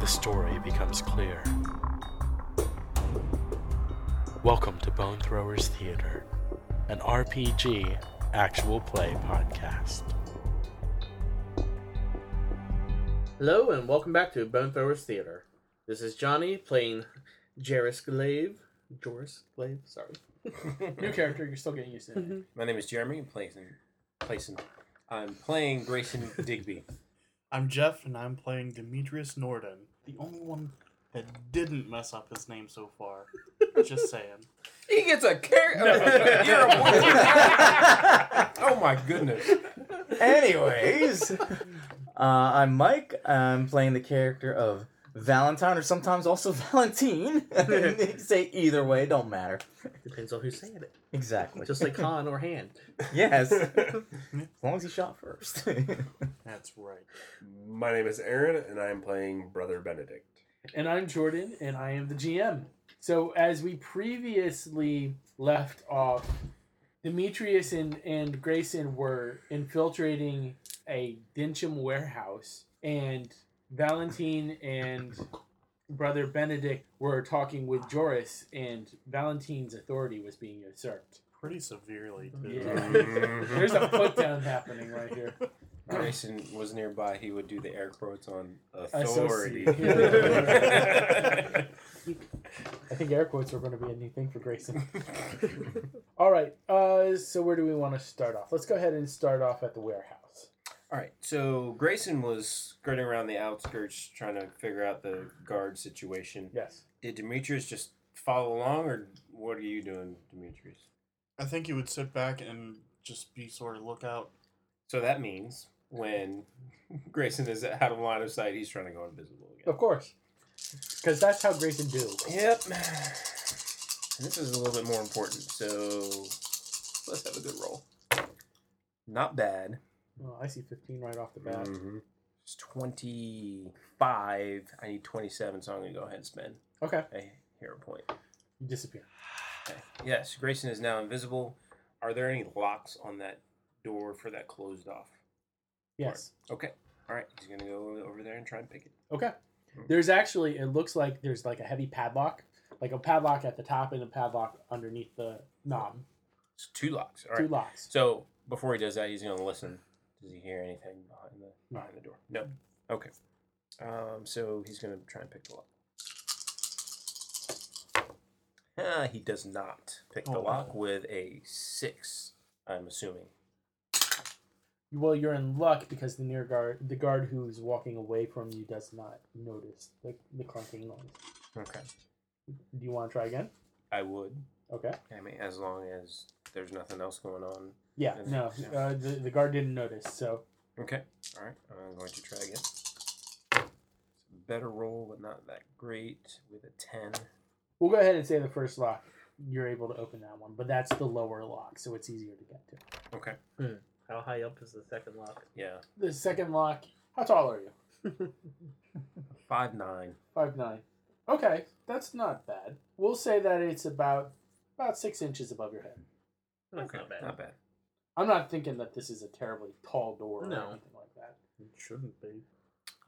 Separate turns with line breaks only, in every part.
The story becomes clear. Welcome to Bone Throwers Theater, an RPG actual play podcast.
Hello and welcome back to Bone Throwers Theater. This is Johnny playing Jairus Glaive. Joris Glaive, sorry.
New character, you're still getting used to. it.
My name is Jeremy Playson. Playson. I'm playing Grayson Digby.
I'm Jeff, and I'm playing Demetrius Norden, the only one that didn't mess up his name so far. Just saying.
He gets a character. oh my goodness.
Anyways, uh, I'm Mike. I'm playing the character of Valentine, or sometimes also Valentine. I mean, they say either way, don't matter.
Depends on who's saying it.
Exactly.
Just like Han or Han.
yes, as long as he shot first.
That's right.
My name is Aaron, and I'm playing Brother Benedict.
And I'm Jordan, and I am the GM. So as we previously left off, Demetrius and, and Grayson were infiltrating a Densham warehouse, and Valentine and Brother Benedict were talking with Joris, and Valentine's authority was being usurped.
Pretty severely, too.
Yeah. There's a foot down happening right here.
Mm-hmm. Grayson was nearby. He would do the air quotes on authority.
Associate. I think air quotes are going to be a new thing for Grayson. All right. Uh, so where do we want to start off? Let's go ahead and start off at the warehouse.
All right. So Grayson was skirting around the outskirts trying to figure out the guard situation.
Yes.
Did Demetrius just follow along, or what are you doing, Demetrius?
I think he would sit back and just be sort of lookout.
So that means when Grayson is out of line of sight, he's trying to go invisible again.
Of course. Because that's how Grayson do.
Yep. And this is a little bit more important, so let's have a good roll. Not bad. Mm-hmm.
Oh, I see 15 right off the bat.
Mm. It's 25. I need 27, so I'm going to go ahead and spend
Okay.
a hero point.
You disappear.
Okay. Yes, Grayson is now invisible. Are there any locks on that door for that closed off?
Yes.
Okay. All right. He's going to go over there and try and pick it.
Okay.
Mm.
There's actually, it looks like there's like a heavy padlock, like a padlock at the top and a padlock underneath the knob.
It's two locks. All right.
Two locks.
So before he does that, he's gonna listen. Does he hear anything behind the behind the door? No. Okay. Um, so he's gonna try and pick the lock. Ah, he does not pick the
Oh.
lock with a six. I'm assuming.
Well, you're in luck because the near guard, the guard who's walking away from you, does not notice the, the clunking noise.
Okay.
Do you want to try again?
I would.
Okay.
I mean, as long as there's nothing else going on.
Yeah.
Yes.
No.
Yeah.
Uh, the the guard didn't notice. So
Okay. All right. I'm going to try again. Better roll, but not that great. With a ten.
we'll go ahead and say the first lock. You're able to open that one, but that's the lower lock, so it's easier to get to.
Okay.
Hmm. How high up is the second lock?
Yeah.
The second lock. How tall are you?
Five nine.
Five nine. Okay, that's not bad. We'll say that it's about about six inches above your head.
That's not bad.
Not bad.
I'm not thinking that this is a terribly tall door or
No.
anything like that.
It shouldn't be.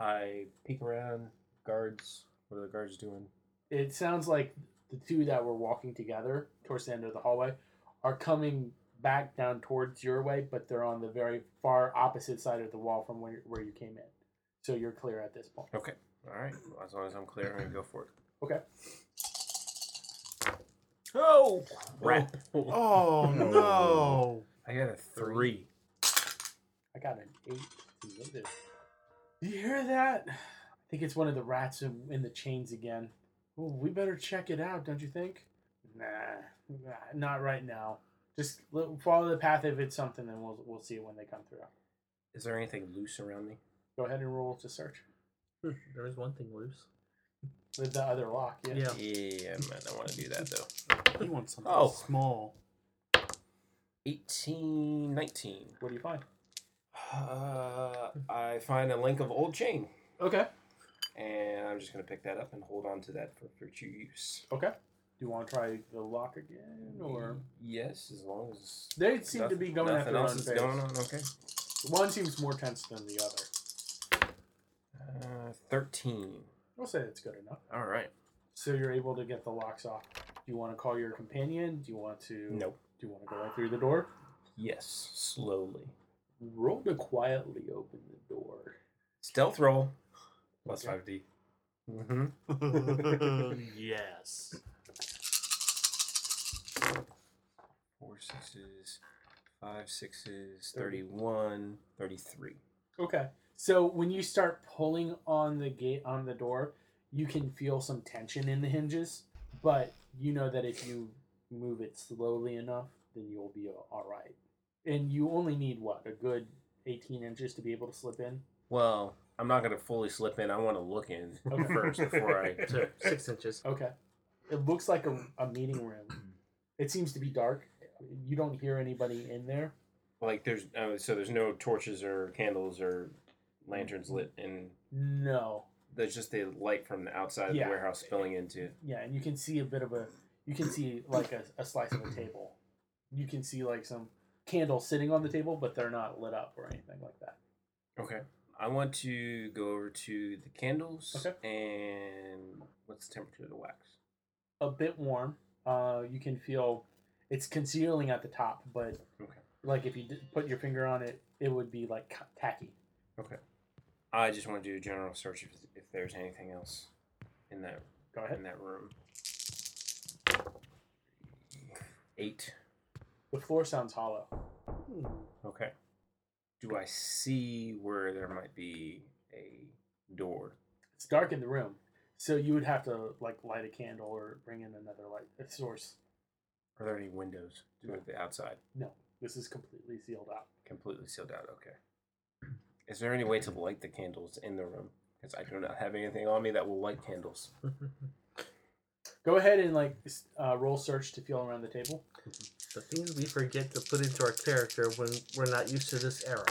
I peek around. Guards. What are the guards doing?
it sounds like the two that were walking together towards the end of the hallway are coming back down towards your way, but they're on the very far opposite side of the wall from where, where you came in. So you're clear at this point.
Okay. All right. Well, as long as I'm clear, I'm gonna go for it.
Okay.
Oh, rap!
Oh, no.
I got a three.
I got an eight. Do you hear that? I think it's one of the rats in, in the chains again. Ooh, we better check it out, don't you think? Nah, nah, not right now. Just l- follow the path if it's something, and we'll we'll see it when they come through.
Is there anything loose around me?
Go ahead and roll to search.
Hmm, There is one thing loose.
with the other lock. Yeah.
Yeah.
Yeah, I might not want to do that though.
You want something
Oh.
small.
18, 19.
What do you find?
Uh, I find a link of old chain,
Okay.
and I'm just gonna pick that up and hold on to that for future use.
Okay. Do you want to try the lock again, or
Yes, as long as
they seem
Mm-hmm. nothing-
to be going
nothing
after their
else
own
is
base.
going on. Okay,
One seems more tense than the other.
uh, thirteen.
We'll say it's good enough.
All right.
So you're able to get the locks off. Do you want to call your companion? Do you want to?
Nope.
Do you want to go right through the door?
Yes, slowly.
Roll to quietly open the door.
Stealth roll.
Plus five D.
Mm-hmm.
yes.
Four sixes, five sixes, thirty-one, thirty-three.
Okay. So when you start pulling on the gate on the door, you can feel some tension in the hinges, but you know that if you move it slowly enough, then you'll be all right. And you only need what a good 18 inches to be able to slip in.
Well, I'm not gonna fully slip in. I want to look in
Okay.
first before I.
So six inches.
Okay. It looks like a, a meeting room. It seems to be dark. You don't hear anybody in there.
Like there's uh, so there's no torches or candles or lanterns
Mm-hmm.
lit, and
No.
there's just the light from the outside of
Yeah.
the warehouse spilling into.
Yeah, and you can see a bit of a you can see like a, a slice of a table. You can see like some candles sitting on the table, but they're not lit up or anything like that.
Okay. I want to go over to the candles
Okay.
and what's the temperature of the wax?
A bit warm. Uh, you can feel it's concealing at the top, but
Okay.
like if you d- put your finger on it, it would be like ca- tacky.
I just want to do a general search if, if there's anything else in that
Go ahead.
in that room. Eight.
The floor sounds hollow.
Okay. Do I see where there might be a door?
It's dark in the room, so you would have to like light a candle or bring in another light a source.
Are there any windows to the outside?
No, this is completely sealed out.
Completely sealed out. Okay. Is there any way to light the candles in the room? Because I do not have anything on me that will light candles.
Go ahead and like s- uh, roll search to feel around the table.
The things we forget to put into our character when we're not used to this era.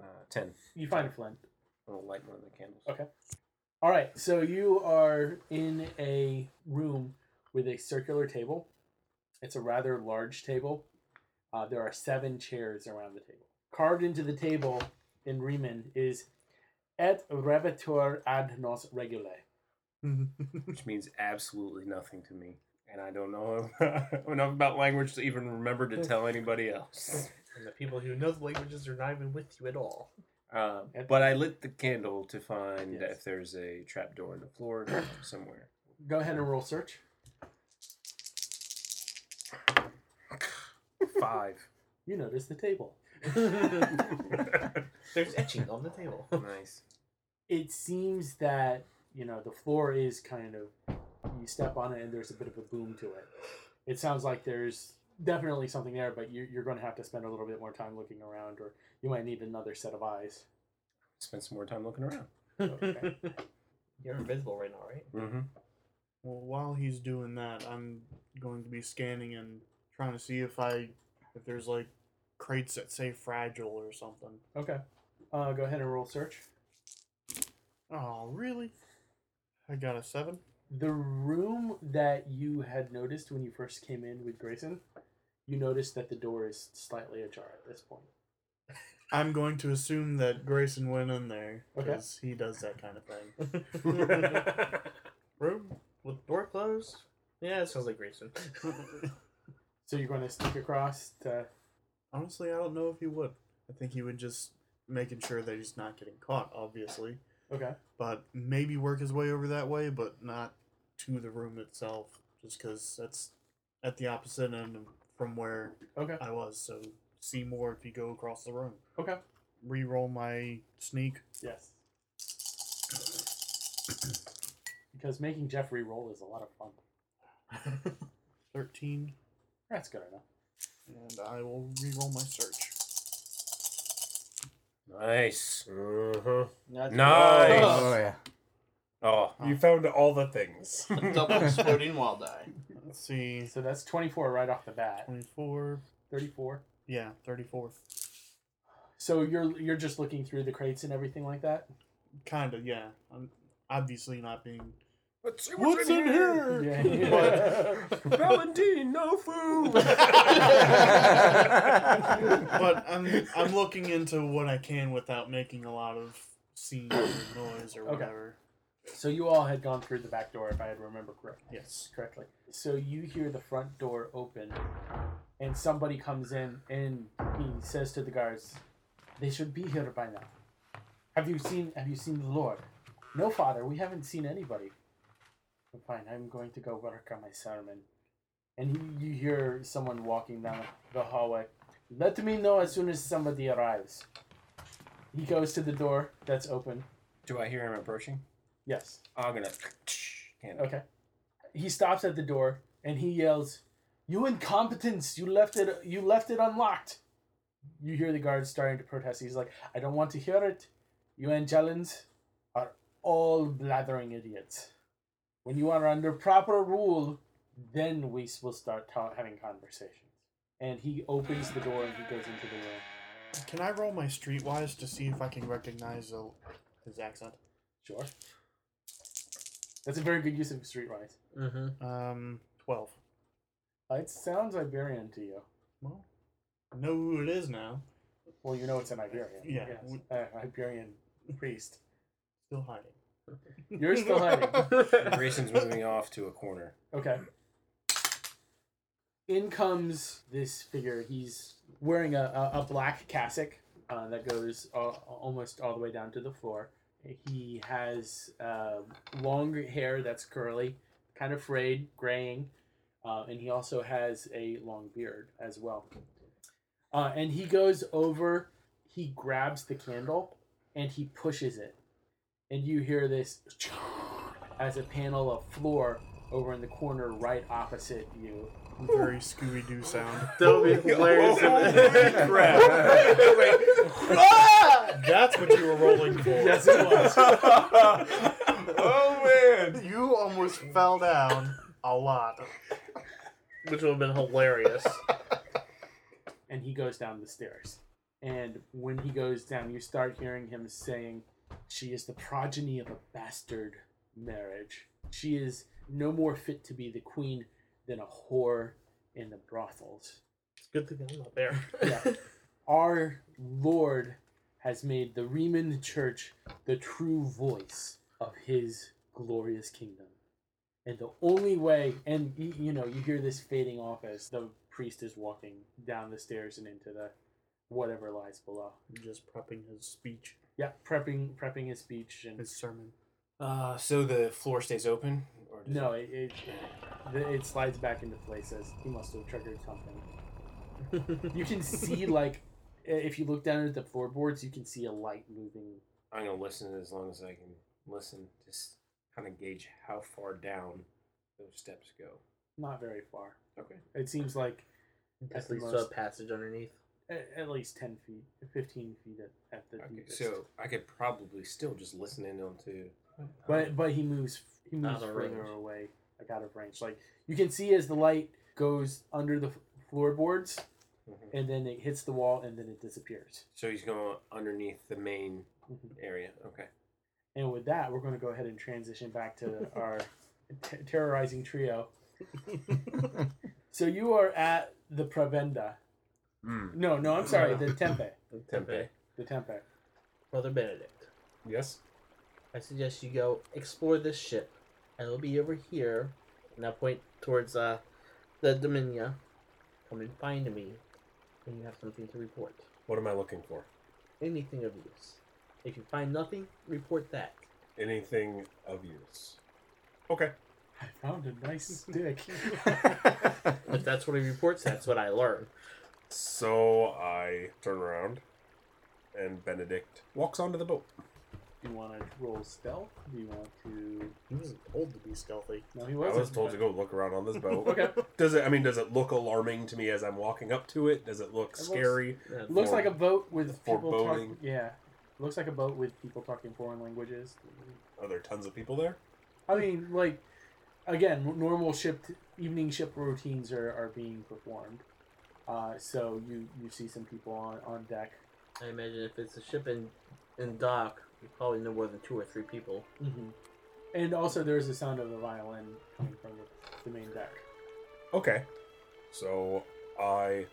Uh, ten.
You find a flint.
I'll light one of the candles.
Okay. All right, so you are in a room with a circular table. It's a rather large table. Uh, there are seven chairs around the table. Carved into the table in Riemann is "Et revetur ad nos regulae."
Which means absolutely nothing to me. And I don't know enough about language to even remember to tell anybody else.
And the people who know the languages are not even with you at all.
Um, but I lit the candle to find
Yes.
if there's a trap door in the floor somewhere.
Go ahead and roll search.
Five.
You notice the table.
There's etching on the table.
nice.
It seems that you know the floor is kind of you step on it and there's a bit of a boom to it. It sounds like there's definitely something there, but you're, you're going to have to spend a little bit more time looking around, or you might need another set of eyes.
Spend some more time looking around.
Okay.
You're invisible right now, right?
Mm-hmm.
Well, while he's doing that, I'm going to be scanning and trying to see if I if there's like crates that say fragile or something.
okay. Uh, go ahead and roll search.
Oh, really? I got a seven.
The room that you had noticed when you first came in with Grayson, you noticed that the door is slightly ajar at this point.
I'm going to assume that Grayson went in there
Okay.
because he does that kind of thing.
Room with door closed? Yeah, it sounds like Grayson.
So you're going to sneak across to.
Honestly, I don't know if he would. I think he would just making sure that he's not getting caught, obviously,
Okay.
but maybe work his way over that way, but not to the room itself, just because that's at the opposite end from where
Okay.
I was. So see more if you go across the room.
Okay.
Reroll my sneak.
Yes. Because making Jeffrey roll is a lot of fun.
Thirteen,
That's good enough.
and I will reroll my search.
Nice.
Uh huh.
Nice.
Oh yeah.
Oh,
You found all the things.
Double exploding wild die.
Let's see.
So that's 24 right off the bat.
24.
34.
Yeah, 34.
So you're you're just looking through the crates and everything like that.
Kind of, yeah. I'm obviously not being.
Let's see
What's in here?
Yeah.
Valentine, no food.
But I'm, I'm looking into what I can without making a lot of scene or noise or
Okay.
whatever.
so you all had gone through the back door, if I had remember correct,
Yes.
correctly. So you hear the front door open, and somebody comes in, and he says to the guards, "They should be here by now. Have you seen? Have you seen the Lord? No, Father, we haven't seen anybody. "Well, Fine, I'm going to go work on my sermon. And he, you hear someone walking down the hallway. Let me know as soon as somebody arrives. He goes to the door that's open.
Do I hear him approaching?
Yes.
I'm gonna. Hand it.
Okay. He stops at the door and he yells, "You incompetence! You left it. You left it unlocked." You hear the guards starting to protest. He's like, "I don't want to hear it. You Angelans are all blathering idiots. When you are under proper rule, then we s- will start ta- having conversations." And he opens the door and he goes into the room.
Can I roll my streetwise to see if I can recognize the, his accent?
Sure. That's a very good use of streetwise.
Mm-hmm.
Um, 12.
Uh, It sounds Iberian to you.
Well, I know who it is now.
Well, you know it's an Iberian.
Yeah.
Yes. Uh, Iberian priest.
Still hiding.
You're still hiding.
Grayson's moving off to a corner.
Okay. In comes this figure. He's wearing a, a, a black cassock uh, that goes uh, almost all the way down to the floor. He has uh, long hair that's curly, kind of frayed, graying, uh, and he also has a long beard as well. Uh, and he goes over, he grabs the candle, and he pushes it. And you hear this as a panel of floor over in the corner right opposite you.
Very Scooby Doo sound.
That would be hilarious.
Holy crap.
That's what you were rolling for.
Yes, it was.
oh man.
You almost fell down a lot.
Which would have been hilarious.
and he goes down the stairs. And when he goes down, you start hearing him saying, She is the progeny of a bastard marriage. She is no more fit to be the queen than a whore in the brothels.
Good thing I'm not there.
Yeah. Our Lord has made the Riemann Church the true voice of his glorious kingdom. And the only way, and y- you know, you hear this fading off as the priest is walking down the stairs and into the whatever lies below.
Just prepping his speech,
Yeah, prepping prepping his speech and
his sermon.
Uh, so the floor stays open, or does
no,
It...
it it, it it slides back into place as he must have triggered something. You can see like i- if you look down at the floorboards, you can see a light moving
I'm gonna listen as long as I can listen. Just kind of gauge how far down those steps go.
not very far.
Okay.
It seems like
At
the
least a
most.
passage underneath.
at, at least 10 feet, 15 feet at, at the
Okay.
deepest.
So I could probably still just listen in on to.
but but he moves he
um, Out
moves
of
further
range.
away, like out of range. Like you can see as the light goes under the floorboards
Mm-hmm.
Mhm.
and then it hits the wall and then it disappears.
So he's going underneath the main
Mhm.
area. Okay.
And with that, we're going to go ahead and transition back to our t- terrorizing trio. so you are at the prebenda.
Mm.
No, no, I'm sorry, the tempe,
Tempe.
the tempe.
Brother Benedict.
Yes.
I suggest you go explore this ship, and it'll be over here. And I point towards uh, the Dominia. Come and find me when you have something to report.
What am I looking for?
Anything of use. If you find nothing, report that.
Anything of use. Okay.
I found a nice stick.
If that's what he reports, that's what I learn.
So I turn around and Benedict walks onto the boat.
Do you want to roll stealth? Do you want to?
He was told to be stealthy.
No, he
I
wasn't.
was told to go look around on this boat.
Okay.
Does it I mean does it look alarming to me as I'm walking up to it? Does it look
looks-
scary?
Yeah,
Looks like a boat with people
Foreboding.
talking. Yeah. looks like a boat with people talking foreign languages.
Are there tons of people there?
I mean, like, again, n- normal ship evening ship routines are, are being performed. Uh, so you you see some people on, on deck.
I imagine if it's a ship in in dock, you probably know more than two or three people.
Mm-hmm. And also, there's the sound of a violin coming from the, the main deck.
Okay. So I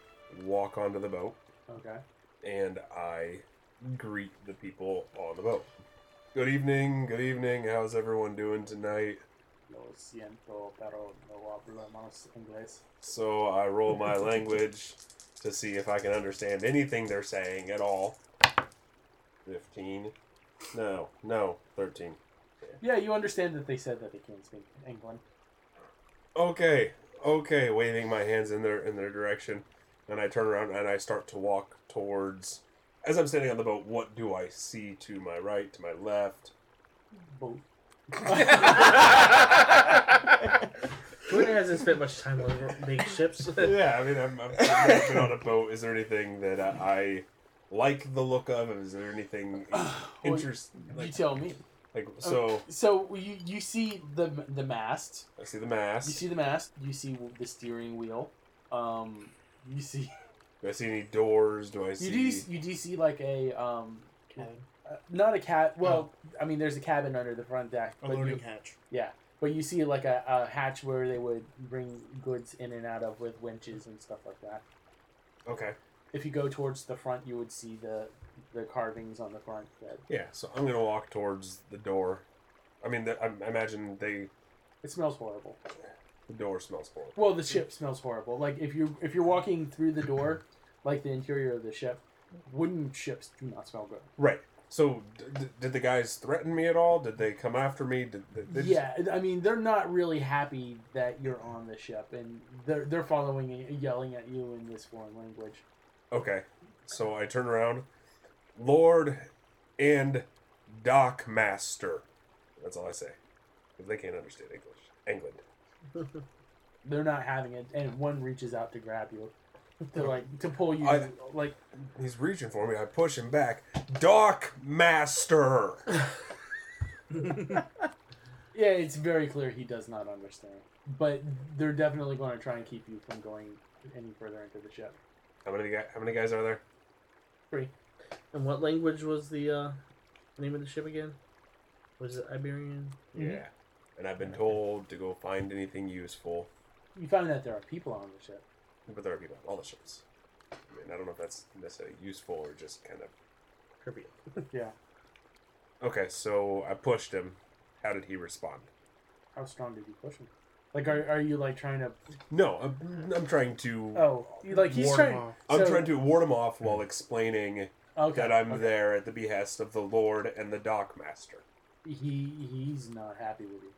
walk onto the boat
Okay.
and I greet the people on the boat. Good evening, good evening. How's everyone doing tonight?
Lo siento, pero no hablamos inglés.
So I roll my language to see if I can understand anything they're saying at all. 15. No, no, 13.
Yeah, you understand that they said that they can't speak England.
Okay, okay, waving my hands in their in their direction, and I turn around and I start to walk towards as I'm standing on the boat, what do I see to my right, to my left?
Boat.
Twitter hasn't spent much time on big ships.
yeah, I mean, I'm, I'm, I've never been on a boat. Is there anything that I, I like the look of? Is there anything interesting?
you
Like,
tell me.
like, so
So you you see the the mast.
I see the mast.
You see the mast. You see the steering wheel. Um, you see
do I see any doors? Do I see?
you do s- you do see like a um uh, not a cat. Well, I mean, there's a cabin under the front deck,
A
but you,
loading hatch.
but you see like a, a hatch where they would bring goods in and out of with winches and stuff like that.
Okay.
If you go towards the front, you would see the the carvings on the front. That
Yeah. So I'm gonna walk towards the door. I mean, the, I I imagine they
it smells horrible.
the door smells horrible.
Well, the ship smells horrible. Like if you if you're walking through the door, like the interior of the ship, wooden ships do not smell good.
Right. So d- d- did the guys threaten me at all? Did they come after me? Did, did they just-
yeah, I mean they're not really happy that you're on the ship, and they're they're following and yelling at you in this foreign language.
Okay. So I turn around. Lord and Dock Master. That's all I say. 'Cause they can't understand English. England.
They're not having it, and one reaches out to grab you, to like to pull you,
I-
like
He's reaching for me. I push him back. Dock Master.
yeah, it's very clear he does not understand. But they're definitely going to try and keep you from going any further into the ship.
How many guys? How many guys are there?
And what language was the uh, name of the ship again? Was it Iberian?
Yeah. And I've been told to go find anything useful.
You find that there are people on the ship.
But there are people on all the ships. I mean, I don't know if that's necessarily useful or just kind of.
Trivia.
Yeah.
Okay, so I pushed him. How did he respond?
How strong did you push him? Like, are, are you like trying to?
No, I'm, I'm trying to.
Oh, you, like he's
Ward him
trying.
off.
I'm
so-
trying to ward him off while explaining
Okay.
that I'm
okay.
there at the behest of the Lord and the Dockmaster.
He he's not happy with you.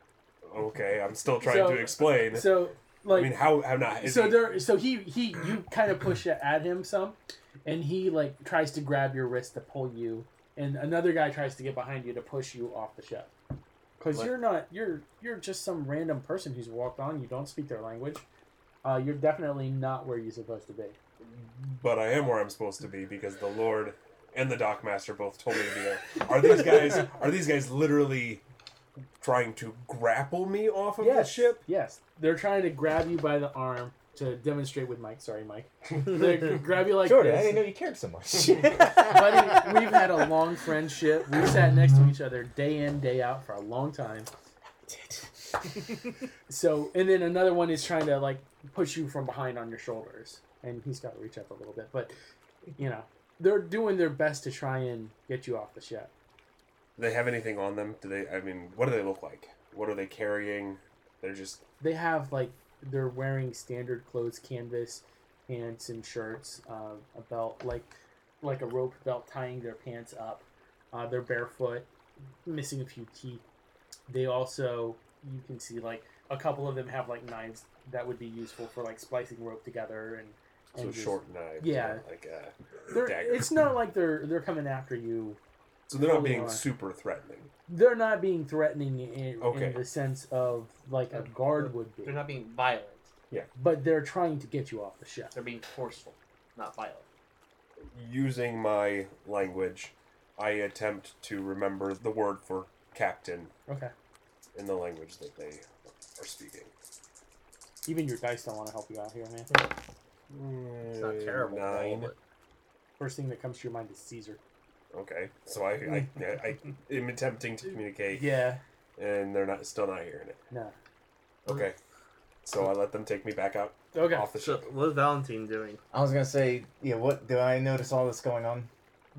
Okay, I'm still trying
So-
to explain.
So
I mean,
like,
how how not? Is
so
he-
there. So he he you kind of push at him some, and he like tries to grab your wrist to pull you, and another guy tries to get behind you to push you off the ship. Because
Like-
you're not you're you're just some random person who's walked on. You don't speak their language. Uh, you're definitely not where you're supposed to be.
but I am where I'm supposed to be because the Lord and the Dockmaster both told me to be there. Are these guys? Are these guys literally trying to grapple me off of the
Yes.
ship?
Yes, they're trying to grab you by the arm to demonstrate with Mike. Sorry, Mike. They grab you like
Jordan, I
this.
didn't know you cared so much.
Buddy, we've had a long friendship. We've sat next to each other day in, day out for a long time. So, and then another one is trying to like push you from behind on your shoulders, and he's got to reach up a little bit. But you know, they're doing their best to try and get you off the ship.
Do they have anything on them? Do they? I mean, what do they look like? What are they carrying? They're just
They have like they're wearing standard clothes, canvas pants and shirts, uh, a belt like like a rope belt tying their pants up. Uh, they're barefoot, missing a few teeth. They also you can see like a couple of them have like knives that would be useful for like splicing rope together and,
so
and just-
short knives.
yeah.
not like a
They're,
dagger.
it's not like they're they're coming after you.
so they're not
totally
being
not.
super threatening.
They're not being threatening in,
Okay.
in the sense of like a guard would be,
They're not being violent.
but they're trying to get you off the ship.
They're being forceful, not violent.
using my language, I attempt to remember the word for captain
Okay.
in the language that they are speaking.
Even your dice don't want to help you out here, man.
It's not
Mm,
terrible. at all,
Nine.
but-
First thing that comes to your mind is Caesar.
Okay, so I, I, I, I am attempting to communicate,
Yeah.
and they're not still not hearing it.
No.
Okay, so I let them take me back out
Okay.
off the
So
ship.
what is Valentine doing?
I was gonna say, yeah. What do I notice all this going on?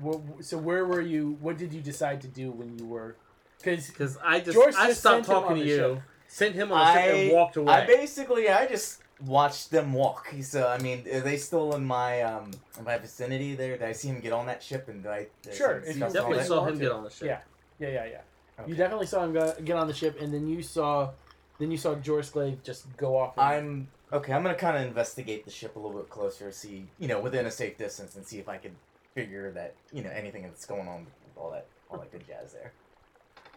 Wh- So where were you? What did you decide to do when you were? Because
Because I just
George
I
just sent
stopped
him
talking
on
to
the
you,
ship.
sent him on the ship, and
I-
walked away.
I basically I just watched them walk. So I mean, are they still in my um in my vicinity there? Did I see him get on that ship and did I? did I
Sure,
see him
if you
discuss all
definitely
that?
saw him get on the ship.
Yeah. yeah, yeah, yeah. You
Okay.
definitely saw him go, get on the ship, and then you saw, then you saw George Glaive just go off. and-
I'm okay. I'm gonna kind of investigate the ship a little bit closer, see you know within a safe distance, and see if I can figure that you know anything that's going on, all that all that good jazz there.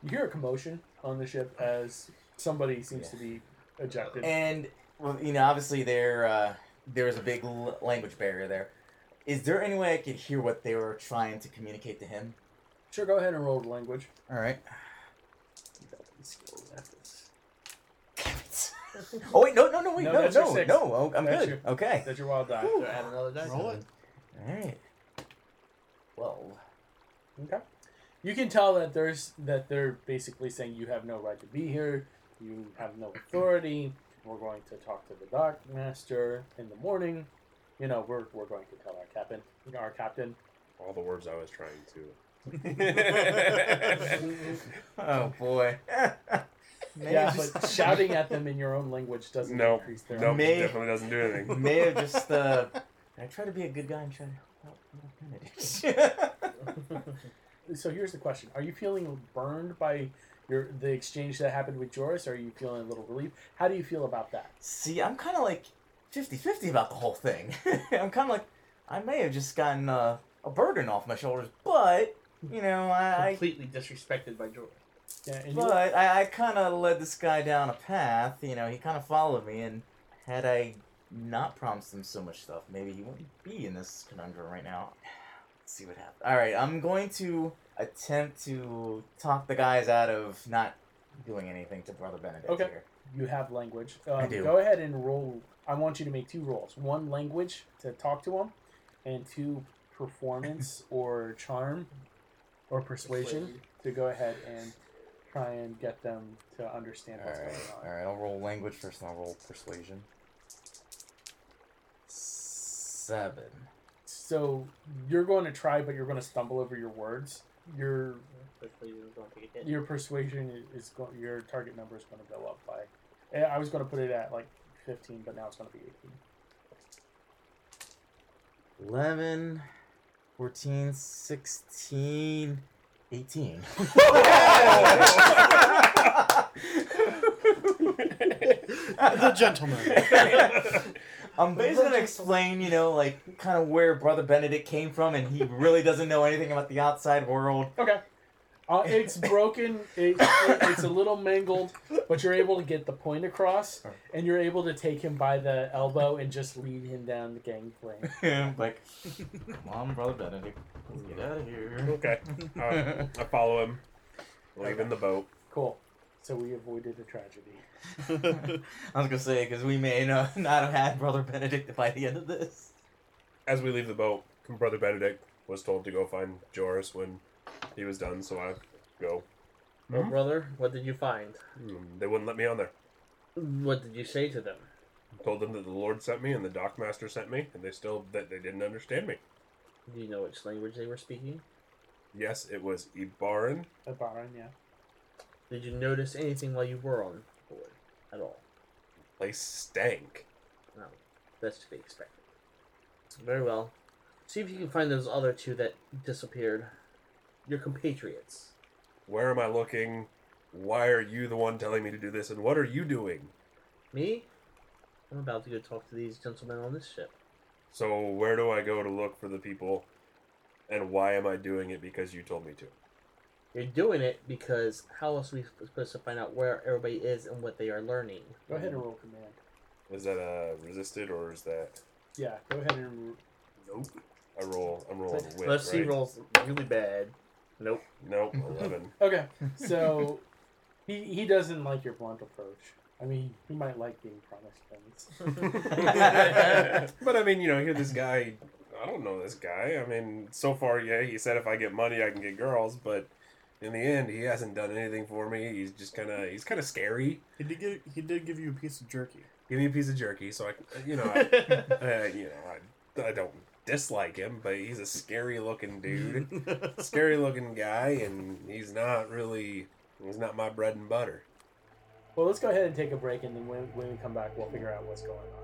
You hear a commotion on the ship as somebody seems
Yeah.
to be ejected.
And well, you know, obviously there uh, there was a big l- language barrier there. Is there any way I could hear what they were trying to communicate to him?
sure, go ahead and roll the language.
All right. Damn it. Oh wait, no, no, no, wait,
No,
no, no,
that's your
no,
six.
Oh, I'm
That's
good.
your-
Okay.
That's your wild die.
So add another dice.
Roll it.
All right. Well,
Okay. You can tell that there's that they're basically saying you have no right to be here. You have no authority. We're going to talk to the dock master in the morning. You know, we're, we're going to tell our captain. Our captain.
All the words I was trying to.
oh boy. May
yeah,
have
but
just-
shouting at them in your own language doesn't
No,
increase their.
no,
May-
definitely doesn't do anything.
May have just uh, I try to be a good guy and try to help. Kennedy.
So here's the question: Are you feeling burned by your the exchange that happened with Joris? Or are you feeling a little relief? How do you feel about that?
See, I'm kind of like 50-50 about the whole thing. I'm kind of like, I may have just gotten uh, a burden off my shoulders, but you know, I, I
Completely disrespected by George.
Yeah, and you,
but I, I kind of led this guy down a path. You know, he kind of followed me, and had I not promised him so much stuff, maybe he wouldn't be in this conundrum right now. Let's see what happens. All right, I'm going to attempt to talk the guys out of not doing anything to Brother Benedict
Okay.
here.
you have language. Um,
do.
Go ahead and roll. I want you to make two rolls: one language to talk to him, and two performance or charm or persuasion to go ahead and try and get them to understand
All
what's
right,
going on.
all right. I'll roll language first, and I'll roll persuasion. Seven.
So you're going to try, but you're going to stumble over your words. Your
Hopefully you don't take a hit.
your persuasion i- is go- your target number is going to go up by. eh, I was going to put it at like 15, but now it's going to be 18.
11, 14, 16, 18.
The gentleman.
I'm basically gonna explain, you know, like kind of where Brother Benedict came from, and he really doesn't know anything about the outside world.
Okay. Uh, it's broken. It, it- it's a little mangled, but you're able to get the point across, and you're able to take him by the elbow and just lead him down the gangplank.
I'm like, come on, Brother Benedict, let's get out of here.
okay, Alright, I follow him. Leaving the boat.
Cool. So we avoided a tragedy.
I was gonna say because we may no- not have had Brother Benedict by the end of this.
As we leave the boat, Brother Benedict was told to go find Joris when he was done, so I go.
Well, brother, what did you find?
Mm, They wouldn't let me on there.
What did you say to them?
Told them that the Lord sent me and the Dockmaster sent me, and they still that they didn't understand me.
Do you know which language they were speaking?
Yes, it was Ibaran.
A barn, yeah.
Did you notice anything while you were on board at all?
Place stank.
No, that's to be expected. Very well. See if you can find those other two that disappeared. Your compatriots.
Where am I looking? Why are you the one telling me to do this? And what are you doing?
Me? I'm about to go talk to these gentlemen on this ship.
So where do I go to look for the people? And why am I doing it? Because you told me to.
You're doing it because how else are we supposed to find out where everybody is and what they are learning?
Go ahead and roll command.
Is that uh resisted or is that
Yeah, go ahead and.
I roll? I'm rolling.
Let's
With,
see
right?
rolls really bad. Nope.
Nope, 11.
Okay, so he he doesn't like your blunt approach. I mean, he might like being promised things.
but I mean, you know, here this guy. I don't know this guy. I mean, so far, yeah, he said if I get money, I can get girls, but in the end, he hasn't done anything for me. He's just kind of he's kind of scary.
He did give he did give you a piece of jerky.
Give me a piece of jerky, so I, can- you know, I, uh, you know, I, I don't dislike him, but he's a scary looking dude, scary looking guy, and he's not really he's not my bread and butter.
Well, let's go ahead and take a break, and then when, when we come back, we'll figure out what's going on.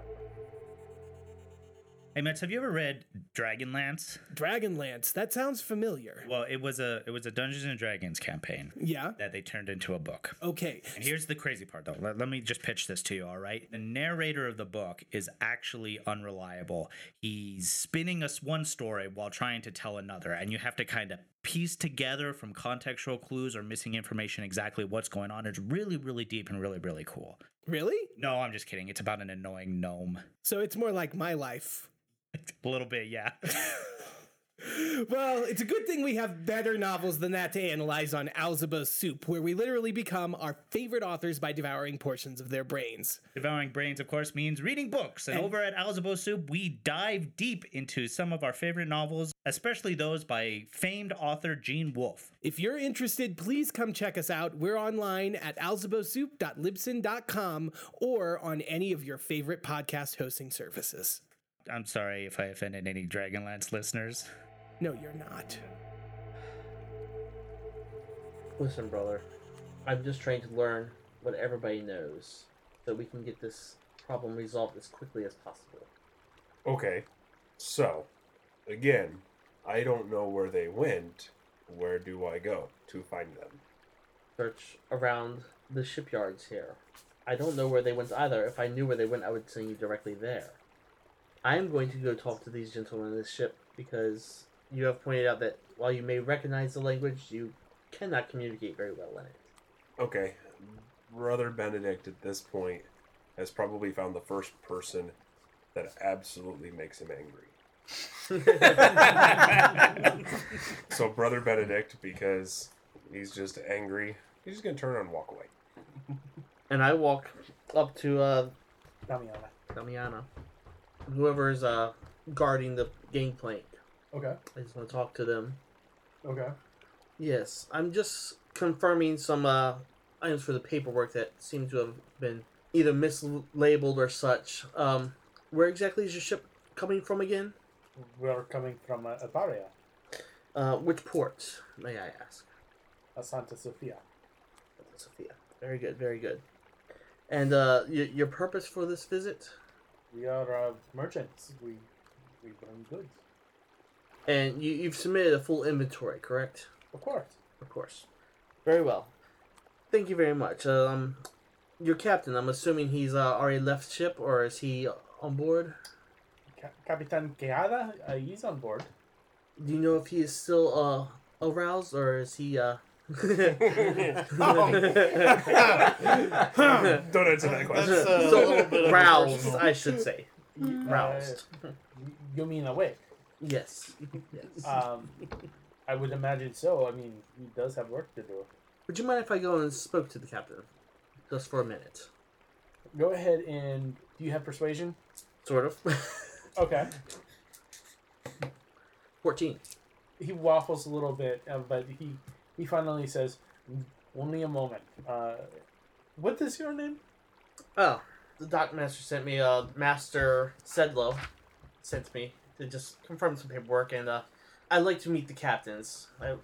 Hey, Max, have you ever read Dragonlance?
Dragonlance. That sounds familiar.
Well, it was a it was a Dungeons and Dragons campaign
Yeah.
that they turned into a book.
Okay.
And here's the crazy part, though. Let, let me just pitch this to you, all right? The narrator of the book is actually unreliable. He's spinning us one story while trying to tell another, and you have to kind of piece together from contextual clues or missing information exactly what's going on. It's really, really deep and really, really cool.
Really?
No, I'm just kidding. It's about an annoying gnome.
So it's more like my life.
A little bit, yeah.
Well, it's a good thing we have better novels than that to analyze on Alzaba's Soup, where we literally become our favorite authors by devouring portions of their brains.
Devouring Brains, of course, means reading books. And, over at Alzabo Soup, we dive deep into some of our favorite novels, especially those by famed author Gene Wolfe.
If you're interested, please come check us out. We're online at alzabosoup.libsyn.com or on any of your favorite podcast hosting services.
I'm sorry if I offended any Dragonlance listeners.
No, you're not.
Listen, brother, I'm just trying to learn what everybody knows so we can get this problem resolved as quickly as possible.
Okay, so again, I don't know where they went. Where do I go to find them?
Search around the shipyards here. I don't know where they went either. If I knew where they went, I would send you directly there. I'm going to go talk to these gentlemen in this ship because you have pointed out that while you may recognize the language, you cannot communicate very well in it.
Okay, Brother Benedict at this point has probably found the first person that absolutely makes him angry. so, Brother Benedict, because he's just angry, he's just gonna turn around and walk away.
And I walk up to uh,
Damiana.
Damiana, whoever's uh, guarding the gangplank.
Okay.
I just want to talk to them.
Okay.
Yes, I'm just confirming some uh, items for the paperwork that seem to have been either mislabeled or such. Um, where exactly is your ship coming from again?
We're coming from uh, Aparia,
Uh, which port, may I ask?
uh, Santa Sofia.
Sophia. Very good, very good. And uh, y- your purpose for this visit?
We are uh, merchants. We we bring goods,
And you- you've submitted a full inventory, correct?
of course.
Of course. Very well. Thank you very much. Um, your captain, I'm assuming he's uh, already left ship, or is he on board?
Ca- Capitan Queada, uh, he's on board.
Do you know if he is still uh, aroused, or is he? Uh...
Don't answer that
Oh. That's
question.
uh, a little bit
so
of
roused,
personal-
I should say.
Uh,
Mm-hmm. Roused.
you- you mean awake?
Yes. yes.
Um, I would imagine so. I mean, he does have work to do.
Would you mind if I go and spoke to the captain, just for a minute?
Go ahead and do you have persuasion?
Sort of.
Okay.
Fourteen.
he waffles a little bit, uh, but he he finally says, "Only a moment." Uh, what is your name?
Oh, the dock master sent me. Uh, Master Sedlow sent me to just confirm some paperwork, and uh, I'd like to meet the captains. I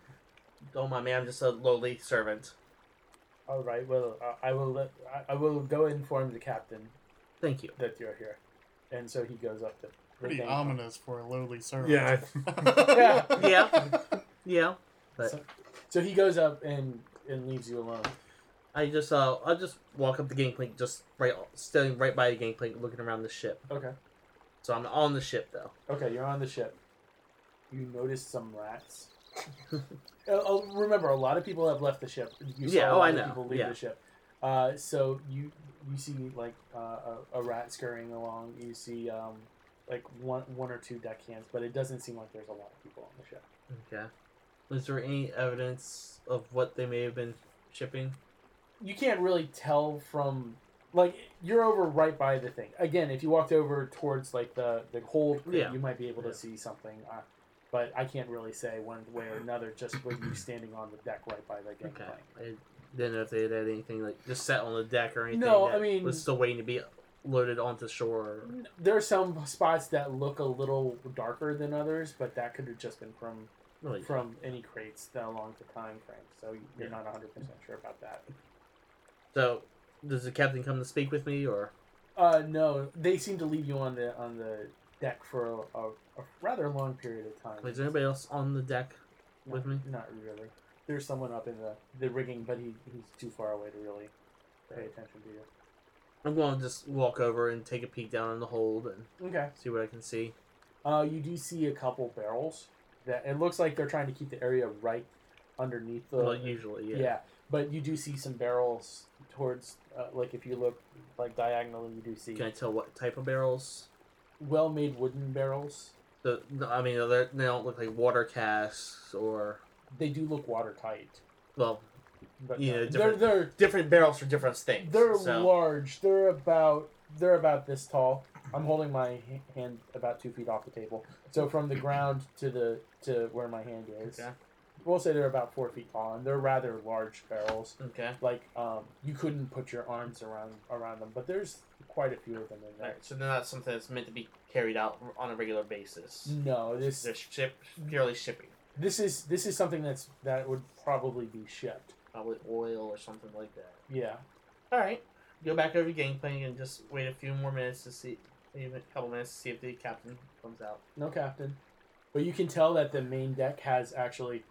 don't mind me. I'm just a lowly servant.
All right. Well, uh, I will let, I, I will go inform the captain
Thank you.
that you're here, and so he goes up to. the
Pretty
gang-
ominous for a lowly servant.
Yeah,
Yeah. Yeah. But
So, so he goes up and and leaves you alone.
I just uh I just walk up the gangplank, just right standing right by the gangplank, looking around the ship.
Okay.
So I'm on the ship though.
Okay, you're on the ship. You notice some rats. oh, oh, remember, a lot of people have left the ship. You saw
Yeah,
a
oh,
lot
I
of
know.
People leave
Yeah.
the ship. Uh, so you you see like uh, a, a rat scurrying along. You see um, like one one or two deckhands, but it doesn't seem like there's a lot of people on the ship.
Okay. Is there any evidence of what they may have been shipping?
you can't really tell from like you're over right by the thing. Again, if you walked over towards like the the cold, pit,
Yeah.
you might be able to
Yeah.
see something. Uh, but I can't really say one way or another. Just with you standing on the deck right by the
Okay.
gangplank.
I didn't know if they had anything like just sat on the deck or anything.
No,
that
I mean-
was still waiting to be loaded onto shore.
There are some spots that look a little darker than others, but that could have just been from
Really,
from any crates that along the time frame. So you're
Yeah.
not 100 percent sure about that.
So, does the captain come to speak with me, or
Uh, no, they seem to leave you on the on the deck for a, a, a rather long period of time.
is there anybody else on the deck? with
No,
me?
Not really. There's someone up in the, the rigging, but he, he's too far away to really pay attention to you.
I'm going to just walk over and take a peek down in the hold and
Okay.
see what I can see.
Uh, you do see a couple barrels that it looks like they're trying to keep the area right underneath the.
well, usually,
yeah.
yeah.
but you do see some barrels towards, uh, like if you look like diagonally, you do see
Can I tell what type of barrels?
well-made wooden barrels.
The no, I mean, they're- they don't look like water casks or
They do look watertight,
well,
but
Yeah,
no, they're
different-
they're
different barrels for different things.
They're
so-
large. They're about they're about this tall. I'm holding my h- hand about two feet off the table, so from the ground to the to where my hand is,
Okay.
we'll say they're about four feet tall, and they're rather large barrels.
Okay.
Like um, you couldn't put your arms around around them, but there's quite a few of them in
All
there.
right. So they're not something that's meant to be carried out on a regular basis.
No, this
They're ship
Mm.
purely shipping,
this is this is something that's that would probably be shipped.
probably oil or something like that.
Yeah.
All right. Go back over to gangplank and just wait a few more minutes to see, even a couple minutes to see if the captain comes out.
No captain. But you can tell that the main deck has actually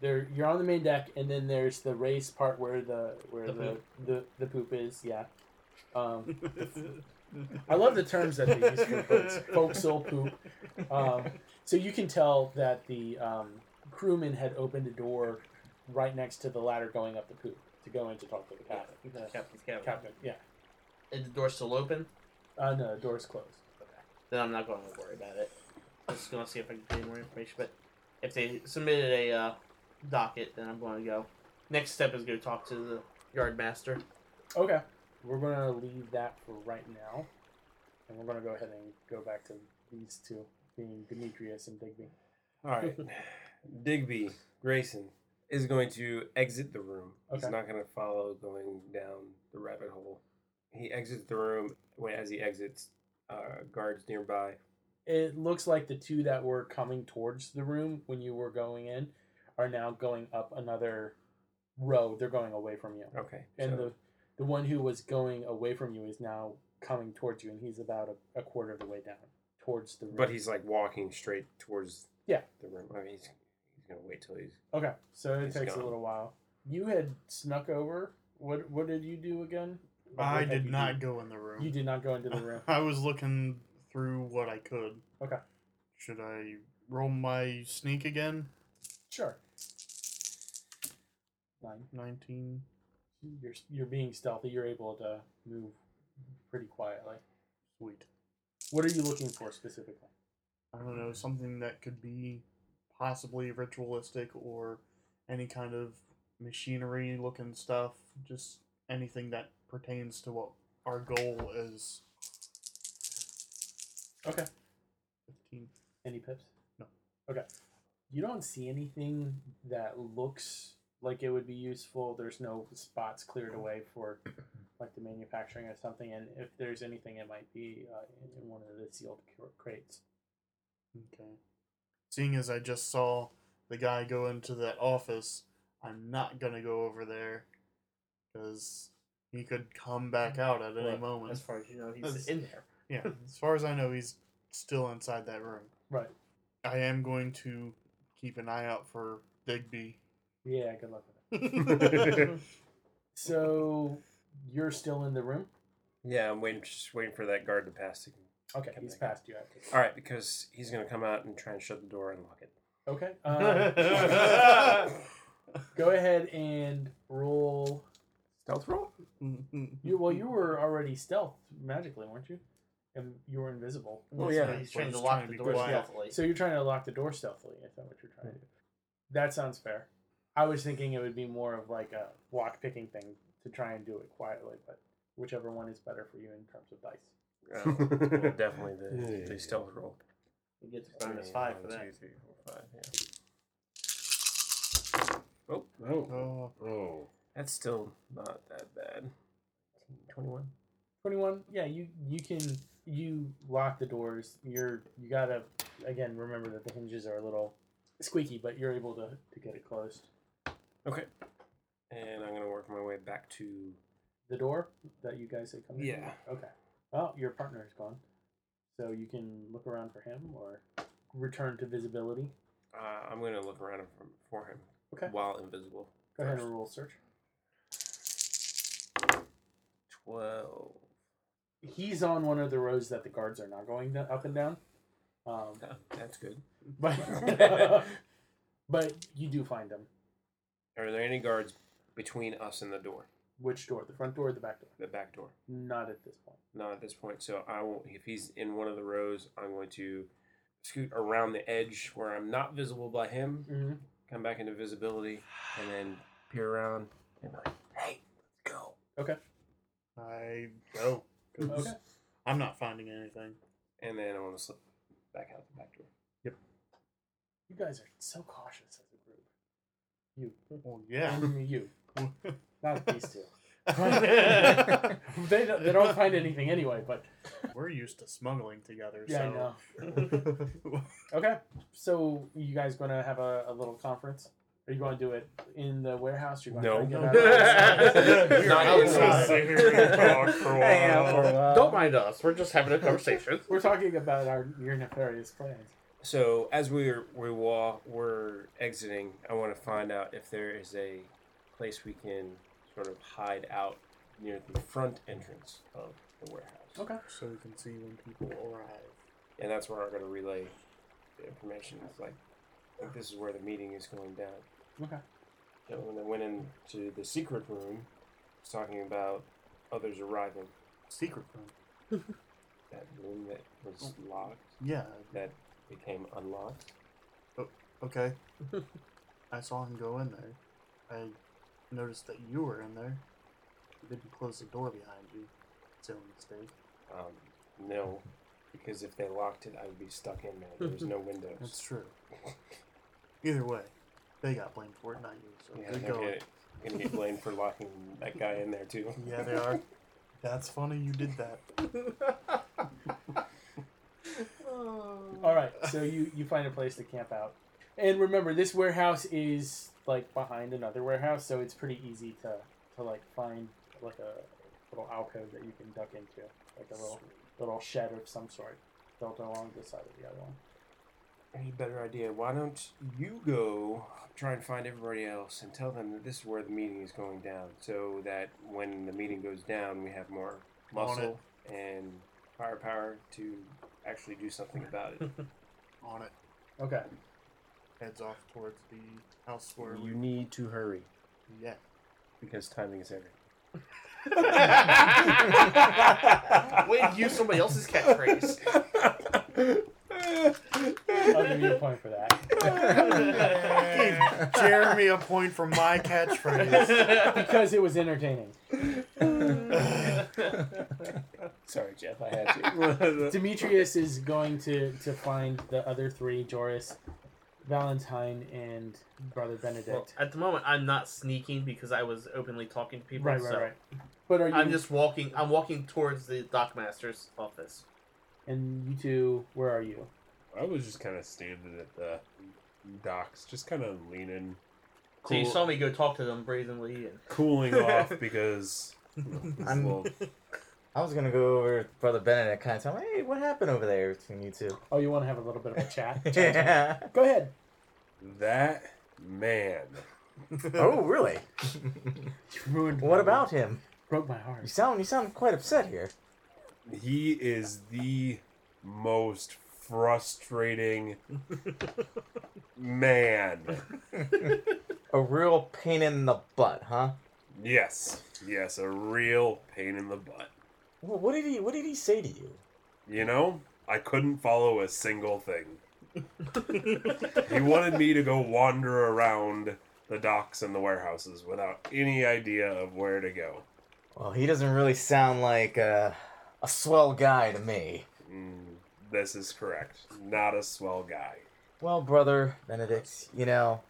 there you're on the main deck and then there's the race part where the where
The
the
poop.
the, the poop is, yeah. Um, I love the terms that they use for boats. Forecastle poop. Um, so you can tell that the um, crewman had opened a door right next to the ladder going up the poop to go in to talk to the captain.
The
The
captain's cabin.
captain, yeah.
Is the door still open?
Uh, no, the door's closed.
Then I'm not going to worry about it. I'm just going to see if I can get any more information. But if they submitted a uh, docket, then I'm going to go. Next step is go talk to the yard master.
Okay. We're gonna leave that for right now. And we're gonna go ahead and go back to these two being Demetrius and Digby.
All right. Digby Grayson is going to exit the room. He's
Okay.
not going to follow going down the rabbit hole. He exits the room. When as he exits, uh, guards nearby.
It looks like the two that were coming towards the room when you were going in are now going up another row. They're going away from you.
Okay.
And
so-
the the one who was going away from you is now coming towards you and he's about a, a quarter of the way down towards the room.
but he's like walking straight towards.
Yeah.
The room. I mean, he's, he's going to wait till he's.
Okay. So it
He's
takes
gone.
a little while. You had snuck over. What what did you do again? Or
I
what had
did
you
not
do?
go in the room.
You did not go into the room.
I was looking through what I could.
Okay.
Should I roll my sneak again?
Sure. Nine.
19.
You're you're being stealthy. You're able to move pretty quietly.
Sweet.
What are you looking for specifically?
I don't know, something that could be possibly ritualistic or any kind of machinery looking stuff. Just anything that pertains to what our goal is.
Okay.
15.
Any pips?
No.
Okay. You don't see anything that looks like it would be useful. There's no spots cleared away for like the manufacturing or something. And if there's anything, it might be uh, in- in one of the sealed cr- crates.
Okay. Seeing as I just saw the guy go into that office, I'm not gonna go over there because he could come back out at any
Well,
moment.
As far as you know, he's
That's-
in there.
yeah, as far as I know, he's still inside that room.
Right.
I am going to keep an eye out for Digby. Oh,
Yeah. Good luck with that.
okay.
So you're still in the room.
Yeah, I'm waiting, just waiting for that guard to pass. To,
Okay,
Come
he's
back.
passed you. Actually.
all right, because he's going to come out and try and shut the door and lock it.
Okay. Um, go ahead and roll.
Stealth roll.
You well, you were already stealth magically, weren't you? And you were invisible.
Oh, yeah.
He's trying to
He's
lock
trying to
the
be
door
quiet.
stealthily.
So you're trying to lock the door stealthily. Is that what you're trying to do? That sounds fair. I was thinking it would be more of like a block picking thing to try and do it quietly, but whichever one is better for you in terms of dice.
Um, well, definitely the, the stealth roll.
He gets
Yeah,
minus five for
one,
that.
two, three, four, five, yeah.
Oh.
Oh,
Oh.
That's still not that bad. 21.
21 yeah you you can you lock the doors you're you gotta again remember that the hinges are a little squeaky but you're able to to get it closed
Okay. And I'm going to work my way back to.
the door that you guys had come in from?
Yeah.
okay well your partner is gone so you can look around for him or return to visibility
Uh, I'm going to look around him from, for him
Okay.
while invisible.
go ahead
First.
and roll search
12.
he's on one of the rows that the guards are not going up and down um
Oh, that's good.
but but you do find him
Are there any guards between us and the door?
which door the front door or the back door
The back door?
not at this point
Not at this point. So I will. If he's in one of the rows, I'm going to scoot around the edge where I'm not visible by him.
mm-hmm.
Come back into visibility, and then peer around. And be like, hey, let's go.
I go. 'cause
Okay.
I'm not finding anything.
And then I want to slip back out the back door.
You guys are so cautious as a group. You.
Well, yeah.
I mean, you. Not these two. They, don't- they don't
We're
find anything anyway, but.
used to smuggling together.
Yeah, I know.
so.
Okay. So, you guys going to have a, a little conference? Are you going to do it in the warehouse? You're
No.
going
No.
To
We're
Not
outside.
inside.
Sit here and talk for a while.
Don't mind us. We're just having a conversation.
We're talking about our your nefarious plans.
So as we're we walk, we're exiting. I want to find out if there is a place we can sort of hide out near the front entrance of the warehouse.
Okay.
So you can see when people arrive.
And that's where I'm going to relay the information. It's like, like, this is where the meeting is going down.
Okay.
So when I went into the secret room, it's talking about others arriving.
Secret room.
That room that
Oh.
was locked,
Yeah.
that became unlocked.
Okay. I saw him go in there. I noticed that you were in there. You didn't close the door behind you. It's your own mistake.
Um, no, because if they locked it, I would be stuck in there. There was no windows.
That's true. Either way, they got blamed for it, not you. So
Yeah,
good
they're
going.
gonna, gonna get blamed for locking that guy in there too.
Yeah, they are. That's funny you did that.
All right. So, you, you find a place to camp out. And remember, this warehouse is like behind another warehouse, so it's pretty easy to, to like find like a little alcove that you can duck into, like a little little shed of some sort built along the side of the other one.
Any better idea? Why don't you go try and find everybody else and tell them that this is where the meeting is going down, so that when the meeting goes down, we have more
On it.
muscle and firepower to actually do something about it.
On it.
Okay.
Heads off towards the house where
you
we.
need to hurry
Yeah.
because timing is everything.
Wait, use somebody else's catchphrase.
I'll give you a point for that.
Give Jeremy a point for my catchphrase.
Because it was entertaining.
Sorry, Jeff, I had to.
Demetrius is going to, to find the other three Joris, Valentine, and Brother
Well,
Benedict.
at the moment, I'm not sneaking because I was openly talking to people.
right, right,
so
right. But are you
I'm just walking. I'm walking towards the dockmaster's office.
and you two? Where are you?
I was just kind of standing at the docks, just kind of leaning,
So you
Cool.
saw me go talk to them brazenly, and
cooling off because you know, it's a
I'm-
little-
I was gonna go over to Brother Benedict, kind of tell him, hey, what happened over there between you two?
Oh, you want to have a little bit of a chat?
yeah.
Go ahead.
that man.
Oh, really?
You ruined.
what
my-
about him?
Broke my
You
heart.
sound you sound quite upset here.
He is the most frustrating man.
A real pain in the butt, huh?
Yes, yes, a real pain in the butt.
Wh- What did he What did he say to you?
You know, I couldn't follow a single thing. He wanted me to go wander around the docks and the warehouses without any idea of where to go.
Well, he doesn't really sound like uh, a swell guy to me.
Mm, this is correct. Not a swell guy.
Well, brother Benedict, you know,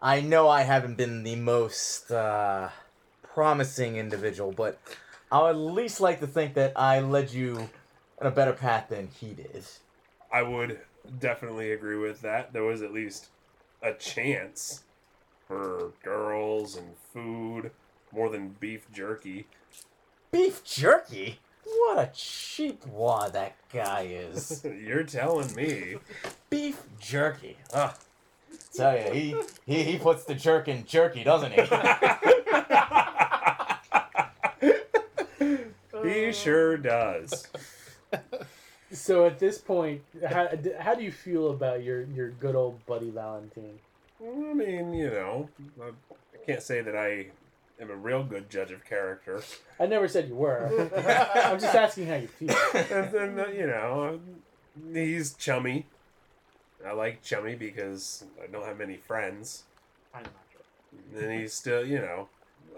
I know I haven't been the most uh, promising individual, but I would at least like to think that I led you on a better path than he did.
I would definitely agree with that. There was at least a chance for girls and food more than beef jerky.
Beef jerky? What a cheap wad that guy is.
You're telling me.
Beef jerky. Ugh. Tell you, he, he, he puts the jerk in jerky, doesn't he?
he sure does.
So at this point, how, how do you feel about your, your good old buddy Valentine?
I mean, you know, I I can't say that I am a real good judge of character.
I never said you were. I'm just asking how you feel.
and then uh, you know he's chummy i like chummy because i don't have many friends
I'm not sure.
and he's still you know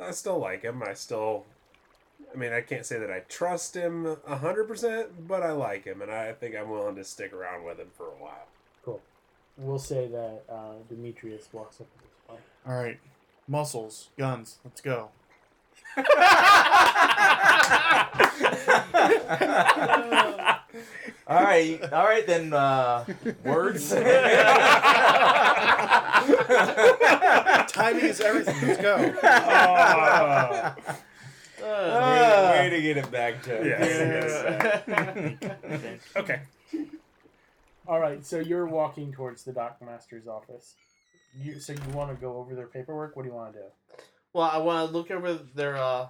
i still like him i still i mean i can't say that i trust him 100% but i like him and i think i'm willing to stick around with him for a while
Cool. We'll say that uh, Demetrius walks up to this point.
All right, muscles, guns, let's go.
all right, all right then. Uh, words.
Timing is everything. Let's go.
Oh.
Oh.
Ah.
to get it back to
Yes,
Okay.
okay
All right, so you're walking towards the dockmaster's office. You, so you want to go over their paperwork? What do you want to do?
Well, I want to look over their uh,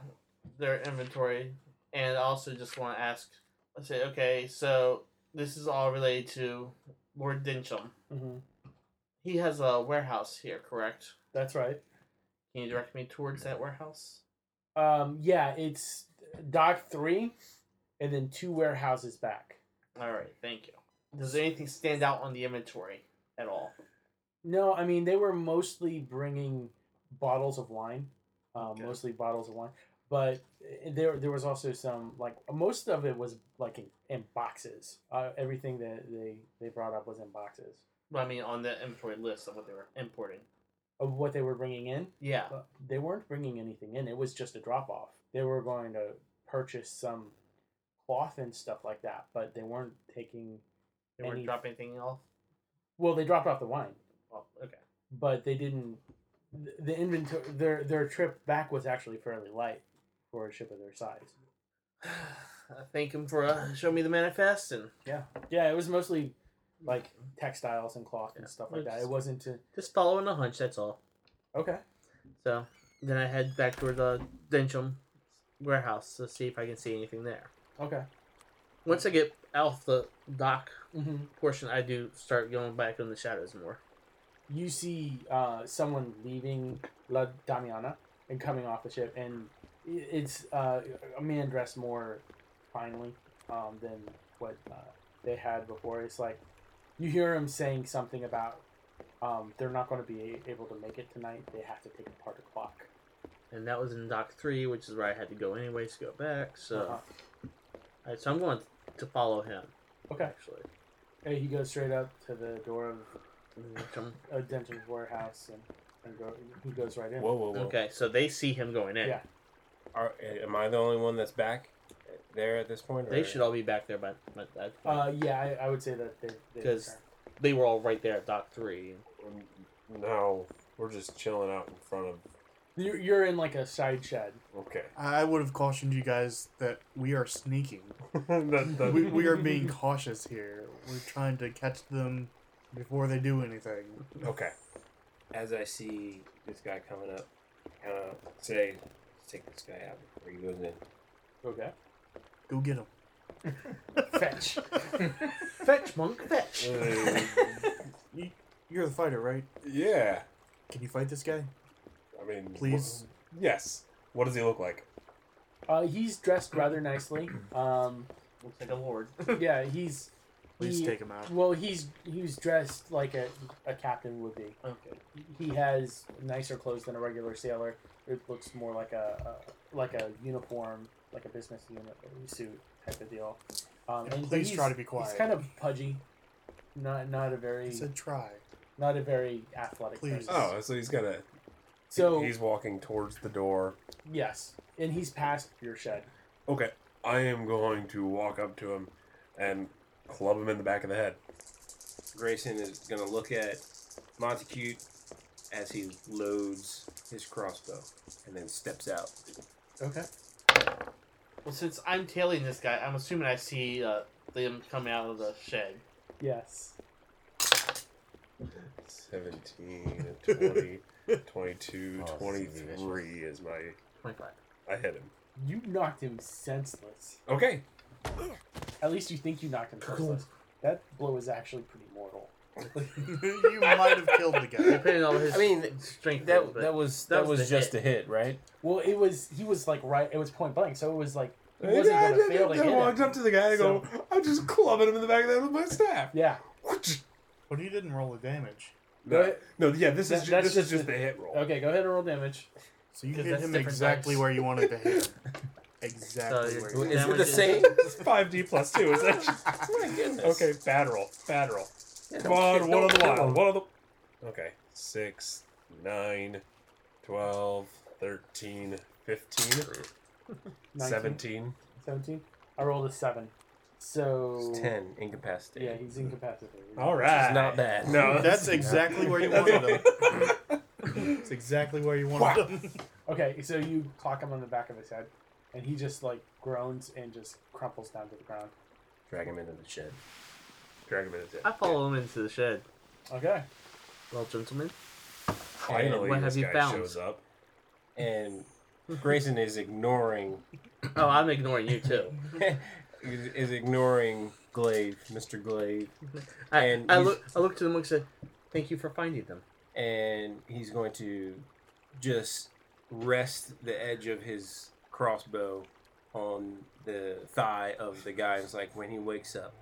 their inventory, and I also just want to ask. I say, okay, so this is all related to Lord Dincham.
Mm-hmm.
He has a warehouse here, correct?
That's right.
Can you direct me towards that warehouse?
Um, yeah, it's dock three, and then two warehouses back.
All right, thank you. Does anything stand out on the inventory at all?
No, I mean they were mostly bringing bottles of wine, um,
Okay.
mostly bottles of wine. But there, there was also some like most of it was like in, in boxes. Uh, everything that they they brought up was in boxes
Well, I mean, on the inventory list of what they were importing.
of what they were bringing in.
Yeah.
But they weren't bringing anything in. It was just a drop off. They were going to purchase some cloth and stuff like that, but they weren't taking.
They weren't
Any-
dropping anything off?
Well, they dropped off the wine,
Oh, okay.
but they didn't. th- The inventory, their their trip back was actually fairly light for a ship of their size.
I thank him for uh, showing me the manifest and
Yeah, it was mostly like textiles and cloth and stuff like that. It
Just-
wasn't to
just following a hunch, that's all.
okay.
So then I head back toward the Densham warehouse to see if I can see anything there.
Okay.
Once I get out the dock
hmm
portion, I do start going back in the shadows more.
You see uh, someone leaving La Damiana and coming off the ship, and i- it's uh, a man dressed more finely um, than what uh, they had before. It's like you hear him saying something about um, they're not going to be able to make it tonight. They have to take apart the clock.
And that was in dock three, which is where I had to go anyways to go back. So,
Uh-huh.
I, so I'm going to follow him
Okay.
actually.
And he goes straight up to the door of
Densham.
a dental warehouse and, and go, he goes right in.
Whoa, whoa, whoa.
Okay, so they see him going in.
Yeah.
Are, am I the only one that's back there at this point?
They
or-
should all be back there, but, but that,
Uh, yeah, I, I would say that they. they
'Cause- they were all right there at dock three.
no we're just chilling out in front of
you're, you're in like a side shed.
okay
I would have cautioned you guys that we are sneaking.
the, the,
We, we are being cautious here. We're trying to catch them before they do anything.
okay
As I see this guy coming up, kind of say, "Let's take this guy out before he goes in."
Okay.
Go get them.
Fetch.
Fetch, monk, fetch.
Uh,
You're the fighter, right?
yeah
Can you fight this guy?
i mean
Please.
wh- yes what does he look like
Uh, he's dressed rather nicely. Um,
Looks like a lord.
yeah, he's
Please
He-
take him out.
Well, he's he's dressed like a, a captain would be.
Okay.
He has nicer clothes than a regular sailor. It looks more like a, a like a uniform, like a business unit suit type of deal. Um,
Yeah,
and
please
he's-
try to be
He's
quiet.
kind of pudgy, not not a very
He said try.
not a very athletic
Please.
person.
Oh, so he's gonna.
so
he's walking towards the door.
yes, and he's past your shed.
Okay, I am going to walk up to him and club him in the back of the head.
Grayson is going to look at Montecute as he loads his crossbow and then steps out.
Okay.
Well, since I'm tailing this guy, I'm assuming I see uh, them coming out of the shed.
Yes.
17, 20, 22,
Oh,
23 is my.
25.
I hit him.
You knocked him senseless.
Okay.
At least you think you knocked him senseless. That blow is actually pretty mortal.
you might have killed the guy.
Depending on his
I mean,
strength.
That, that was that,
that was
was,
the
just
hit.
a hit, right?
Well, it was he was like right. It was point blank, so it was like he wasn't gonna fail to hit
walked
him.
up to the guy and go, I'm just clubbing him in the back of the head with my staff.
Yeah,
But he didn't roll the damage.
No, no, yeah, this is
That-
ju-
that's
this
just
is just
the-
the hit roll.
Okay, go ahead and roll damage.
So you
'Cause
hit
that's
him
different
exactly
dice.
where you wanted to hit him. Exactly
So
where
you're-
you
Is it the
Damages.
same? Oh
It's 5d plus 2, is that just-
My goodness.
Okay, bad roll. Bad roll.
Yeah,
Come
don't
on,
kill-
one on
don't
the
kill
wild.
him.
One on the. Okay, 6, 9, 12, 13, 15,
19,
17.
17? I rolled a seven. So
It's Ten
Yeah,
incapacitated.
he's incapacitated.
All right.
It's not bad.
No.
That's exactly where you wanted him. It's exactly where you wanted him.
Okay, so you clock him on the back of his head, and he just like groans and just crumples down to the ground.
Drag him into the shed.
Dragon Man is dead.
I follow him into the shed.
Okay.
Well, gentlemen,
Finally,
What
this
have you
guy
found?
shows up.
And Grayson is ignoring
Oh, I'm ignoring you too.
is, is ignoring Glaive, Mr. Glaive,
I,
And
I
he's-
look. I looked at him and said, "Thank you for finding them."
and he's going to just rest the edge of his crossbow on the thigh of the guy. It's like when he wakes up,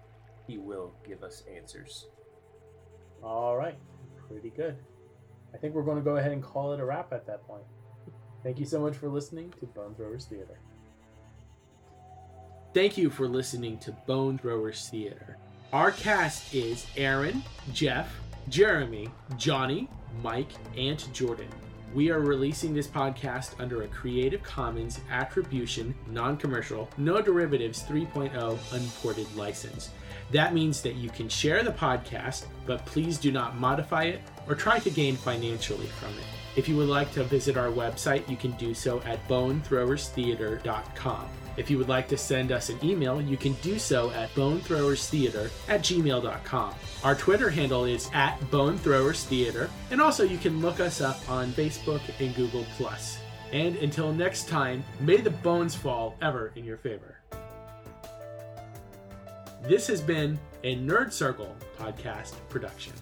he will give us answers.
All right. Pretty good. I think we're going to go ahead and call it a wrap at that point. Thank you so much for listening to Bone Throwers Theater. Thank you for listening to Bone Throwers Theater. Our cast is Aaron, Jeff, Jeremy, Johnny, Mike, and Jordan. We are releasing this podcast under a Creative Commons Attribution, Non Commercial, No Derivatives 3.0 Unported license. That means that you can share the podcast, but please do not modify it or try to gain financially from it. If you would like to visit our website, you can do so at bonethrowerstheater.com. If you would like to send us an email, you can do so at bonethrowerstheater at gmail.com. Our Twitter handle is at bonethrowerstheater, and also you can look us up on Facebook and Google. And until next time, may the bones fall ever in your favor. This has been a Nerd Circle podcast production.